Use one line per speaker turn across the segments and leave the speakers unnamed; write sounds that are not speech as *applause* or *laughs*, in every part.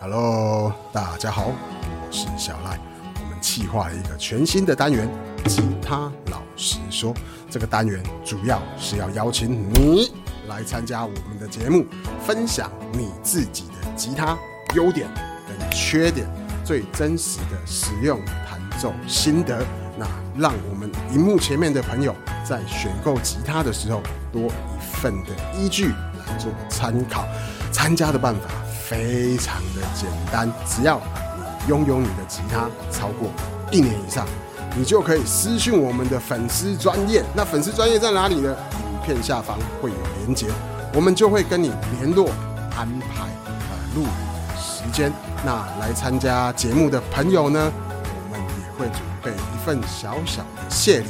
Hello，大家好，我是小赖。我们企划了一个全新的单元——吉他老实说。这个单元主要是要邀请你来参加我们的节目，分享你自己的吉他优点跟缺点，最真实的使用弹奏心得。那让我们荧幕前面的朋友在选购吉他的时候，多一份的依据来做参考。参加的办法非常的简单，只要你拥有你的吉他超过一年以上，你就可以私讯我们的粉丝专业。那粉丝专业在哪里呢？影片下方会有连接，我们就会跟你联络安排呃录影的时间。那来参加节目的朋友呢，我们也会准备一份小小的谢礼。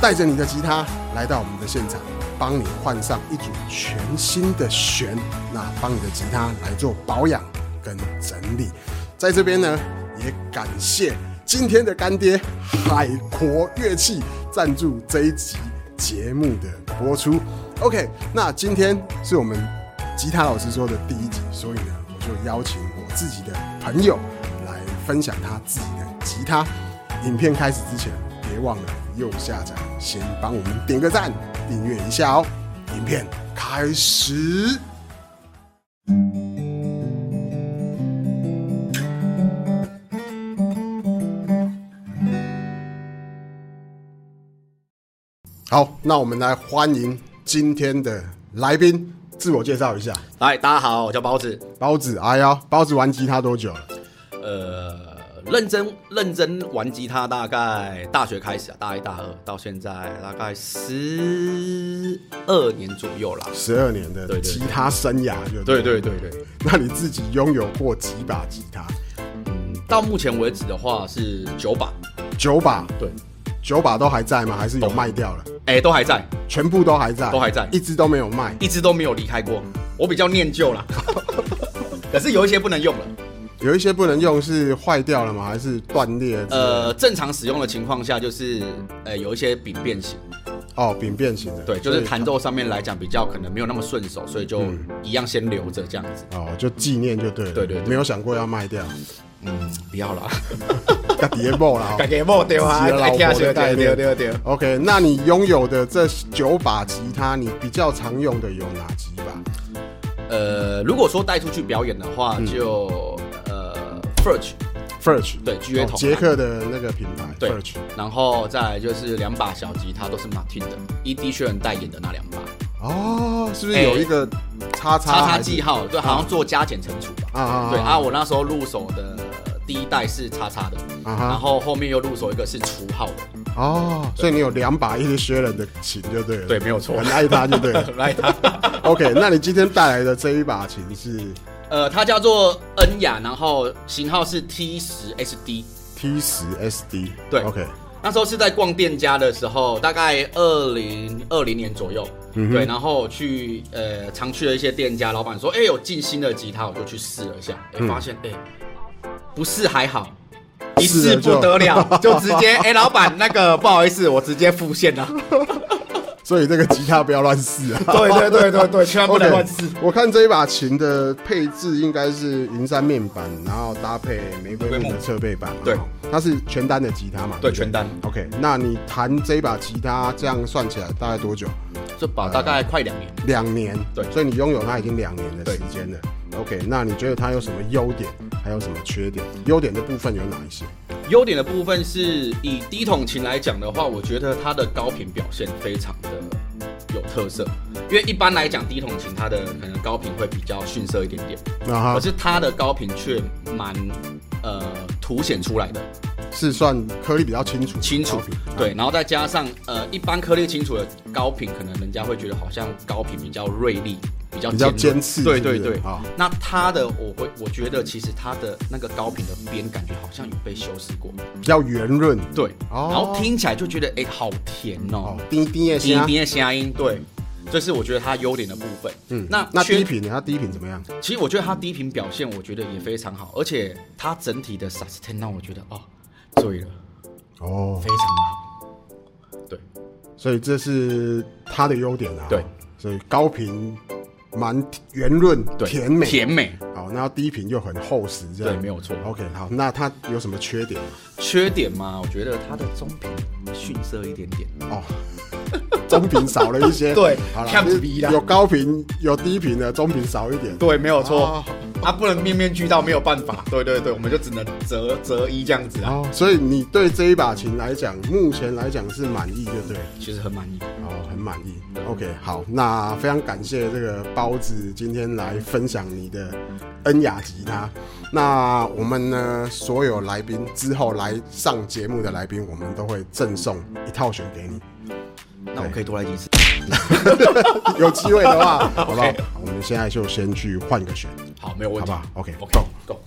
带着你的吉他来到我们的现场，帮你换上一组全新的弦，那帮你的吉他来做保养跟整理。在这边呢，也感谢今天的干爹海国乐器赞助这一集节目的播出。OK，那今天是我们吉他老师说的第一集，所以呢，我就邀请我自己的朋友来分享他自己的吉他。影片开始之前，别忘了右下角先帮我们点个赞，订阅一下哦。影片开始。好，那我们来欢迎今天的来宾，自我介绍一下。
嗨，大家好，我叫包子。
包子，哎呀，包子玩吉他多久了？
呃，认真认真玩吉他，大概大学开始啊，大一大二到现在大概十二年左右啦。
十二年的
对对对
吉他生涯就
对对对对，
那你自己拥有过几把吉他？
嗯，到目前为止的话是九把，
九把，
对，
九把都还在吗？还是有卖掉了？
哎、都还在，
全部都还在，
都还在
一只都没有卖。
一直都没有离开过。我比较念旧 *laughs* 啦，可是有一些不能用了。
有一些不能用，是坏掉了吗？还是断裂之类的？
呃，正常使用的情况下，就是呃有一些柄变形，
哦，柄变形的，
对，嗯就是
所以
弹奏上面来讲比较可能没有那么顺手，所以就一样先留着这样子。
哦，就纪念就对了。
对对对
没有想过要卖掉，
嗯，不要啦。
要叠爆
*laughs*
啦。
家己摸对啊，
自己的老
爱
婆
听
的
就
概
对
念
对对对。
OK，那你拥有的这九把吉他，你比较常用的有哪几把？
呃，如果说带出去表演的话，就呃 Furch
Furch，
对巨乐
哦
头
捷克的那个品牌
对
Furch。
然后再来就是两把小吉他都是 Martin 的，E.D. E 薛仁代言的那两把，
哦，是不是
哎
有一个叉
叉叉
还是
记号，对，好像做加减乘除吧。
啊啊啊
对啊，我那时候入手的第一代是叉叉的，
啊
然
哈
后后面又入手一个是除号的， *laughs*
哦，所以你有两把一直学人的琴就对了，
对没有错
很爱它就对
*laughs*
了。
很爱它。
OK，那你今天带来的这一把琴是
呃，它叫做恩雅，然后型号是 T 十 SD。
T 十 SD，
对
，OK，
那时候是在逛店家的时候，大概二零二零年左右，对，然后去呃常去的一些店家，老板说，哎、有进新的吉他，我就去试了一下，哎、发现哎、不试还好，一
试了
试
就
不得了，啊就直 *laughs* 接哎、老板那个不好意思，我直接付现了，
所以这个吉他不要乱试啊。
对对对对对，千万不能乱试。
OK，我看这一把琴的配置应该是云杉面板，然后搭配玫瑰木的侧背板嘛。
对
哦，它是全单的吉他嘛？
对
不
全单。
OK，那你弹这一把吉他，这样算起来大概多久？
这把大概快两年，
两年。
对
所以你拥有它已经两年的时间了。OK，那你觉得它有什么优点，还有什么缺点？优点的部分有哪一些？
优点的部分是以低筒琴来讲的话，我觉得它的高频表现非常的有特色，因为一般来讲低筒琴它的可能高频会比较逊色一点点，
那
可
它
是它的高频却蛮呃凸显出来的
是算颗粒比较清楚，
清楚
高频，啊
对，然后再加上呃一般颗粒清楚的高频，可能人家会觉得好像高频比较锐利，比较
比较
锐
尖刺
对
是不
对
是啊
对
好。
那它的我会我觉得其实它的那个高频的边感觉好像有被修饰过，
比较圆润。
对，
哦
然后听起来就觉得哎、好甜
哦
哦，，
低低也
低
行啊。
频的声音，对，这是我觉得它优点的部分。嗯，那
那
缺
低，频呢？它低频怎么样？
其实我觉得它低频表现，我觉得也非常好，而且它整体的 sustain 让我觉得哦，醉了，
哦
非常的好。对，
所以这是它的优点啊。
对，
所以高频蛮圆润、
对，
甜美。
甜美，
好，那低频又很厚实，这样
对没有错
OK，好，那它有什么缺点吗？
缺点嘛，我觉得它的中频逊色一点点。
哦， *laughs* 中频少了一些。
*laughs* 对
好了
看不起，啦
有高频有低频的，中频少一点。
对，没有
哦
错，它、不能面面俱到，没有办法。对对对，我们就只能择择一这样子啊。
哦，所以你对这一把琴来讲，目前来讲是满意，对不对？
其实很满意，
哦，很满意。OK，好，那非常感谢这个包子今天来分享你的恩雅吉他。那我们呢，所有来宾之后来上节目的来宾，我们都会赠送一套弦给你。
那我可以多来几次。
有机会的话，好不好？好我们现在就先去换个弦。
好，没有问题。
好吧，OK，
OK，
够
go。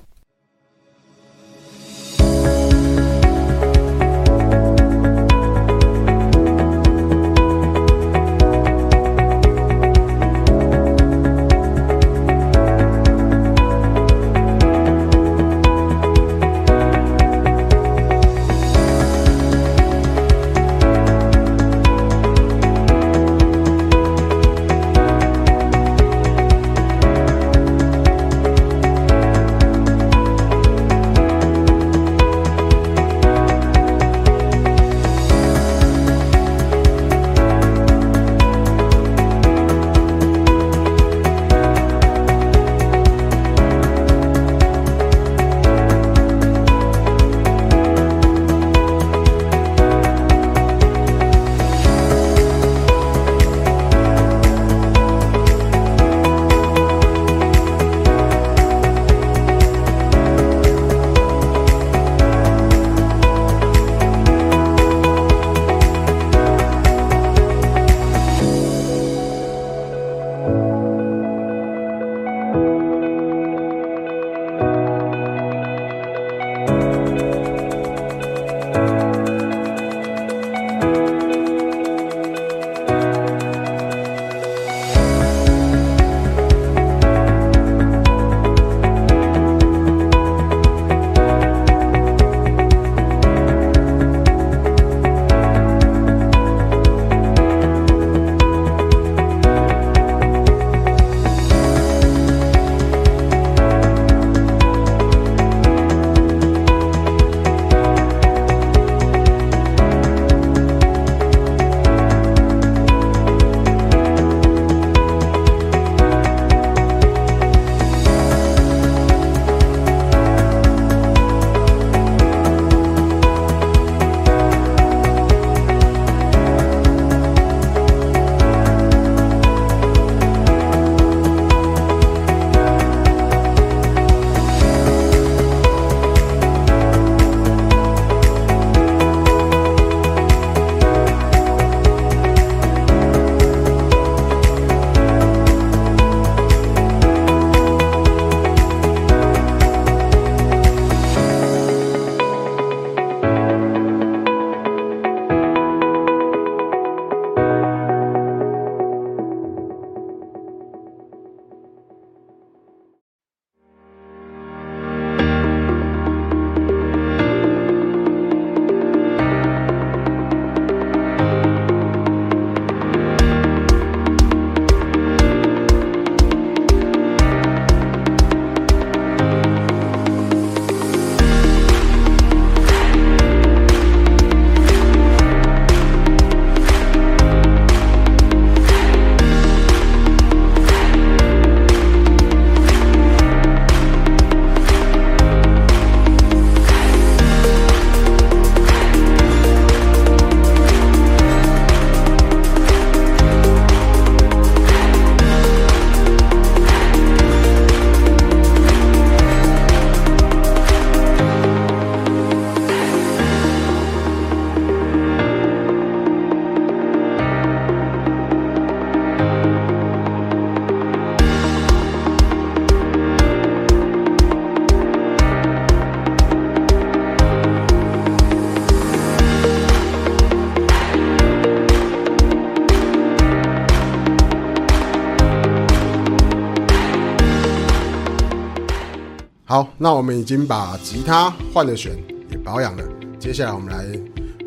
好，那我们已经把吉他换了弦，也保养了。接下来我们来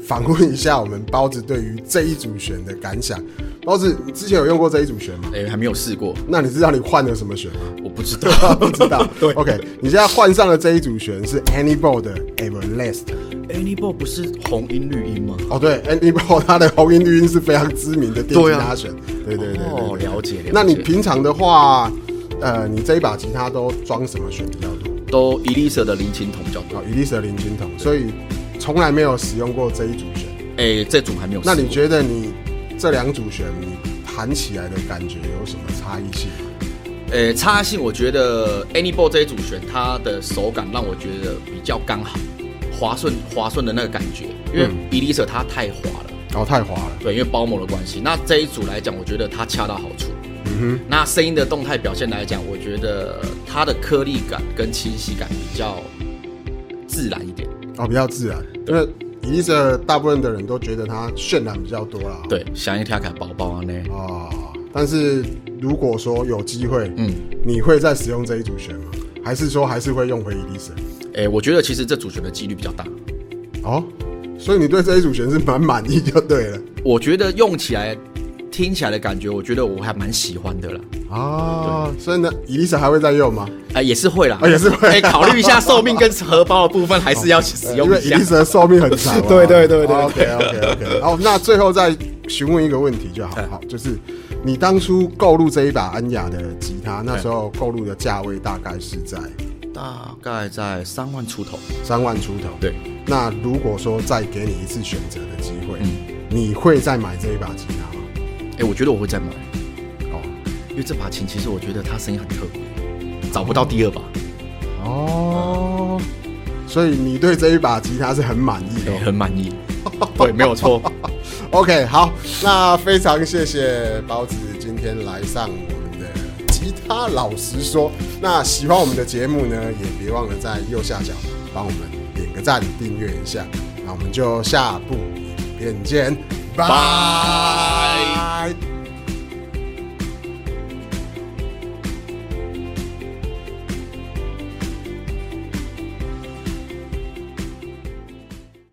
访问一下我们包子对于这一组弦的感想。老子，你之前有用过这一组弦吗？
哎、还没有试过，
那你知道你换了什么弦吗？
*laughs* 我不
*laughs*
知道。
不知
*laughs*
道。对，OK，你现在换上了这一组弦是 Anibal 的 Everlast。
Anybody 不是红音绿音吗？
哦，对，Anibal *laughs* 它的红音绿音是非常知名的电吉他弦。对对对对
啊哦，
对
了解了解。
那你平常的话，呃，你这一把吉他都装什么弦比较多？
都 Elisa 的林琴筒比较多
啊。，Elisa 林金筒，所以从来没有使用过这一组弦。
哎、这组还没有试
那
过。
你觉得你这两组弦你弹起来的感觉有什么差异性？
呃、差性，我觉得 Anybody 这一组选它的手感让我觉得比较刚好，滑顺滑顺的那个感觉，因为
嗯
Elisa 它太滑了。
哦，太滑了。
对，因为包膜的关系。那这一组来讲，我觉得它恰到好处。
嗯
那声音的动态表现来讲，我觉得它的颗粒感跟清晰感比较自然一点。
哼，哦，比较自然。因为 Elisa 大部分的人都觉得它渲染比较多啦。
对，想一条卡包包啊呢。
啊、但是如果说有机会，
嗯，
你会再使用这一组弦吗？还是说还是会用回 Elisa？
哎、我觉得其实这组选的几率比较大。
哦，所以你对这一组弦是蛮满意就对了
我觉得用起来、听起来的感觉，我觉得我还蛮喜欢的啦。
啊。所以呢，Elisa 还会再用吗？
哎、也是会啦，
啊也是会
哎、考虑一下寿命跟荷包的部分，还是要去使用
因为 *laughs*
一下。
Elisa 的寿命很
*laughs*
长啊。
对对对对
OK OK OK。好，那最后再询问一个问题就好，
哎
好，就是你当初购入这一把安雅的吉他，那时候购入的价位大概是在
大概在三万出头。
三万出头。
对，
那如果说再给你一次选择的机会，
嗯
你会再买这一把吉他吗？
哎、我觉得我会再买，
哦
因为这把琴其实我觉得它声音很特别，找不到第二把。哦
哦，所以你对这一把吉他是很满意的
对，
哦、
很满意。对，没有错。
*laughs* OK，好，那非常谢谢包子今天来上我们的吉他。老实说，那喜欢我们的节目呢，也别忘了在右下角帮我们点个赞、订阅一下。那我们就下部影片见，拜。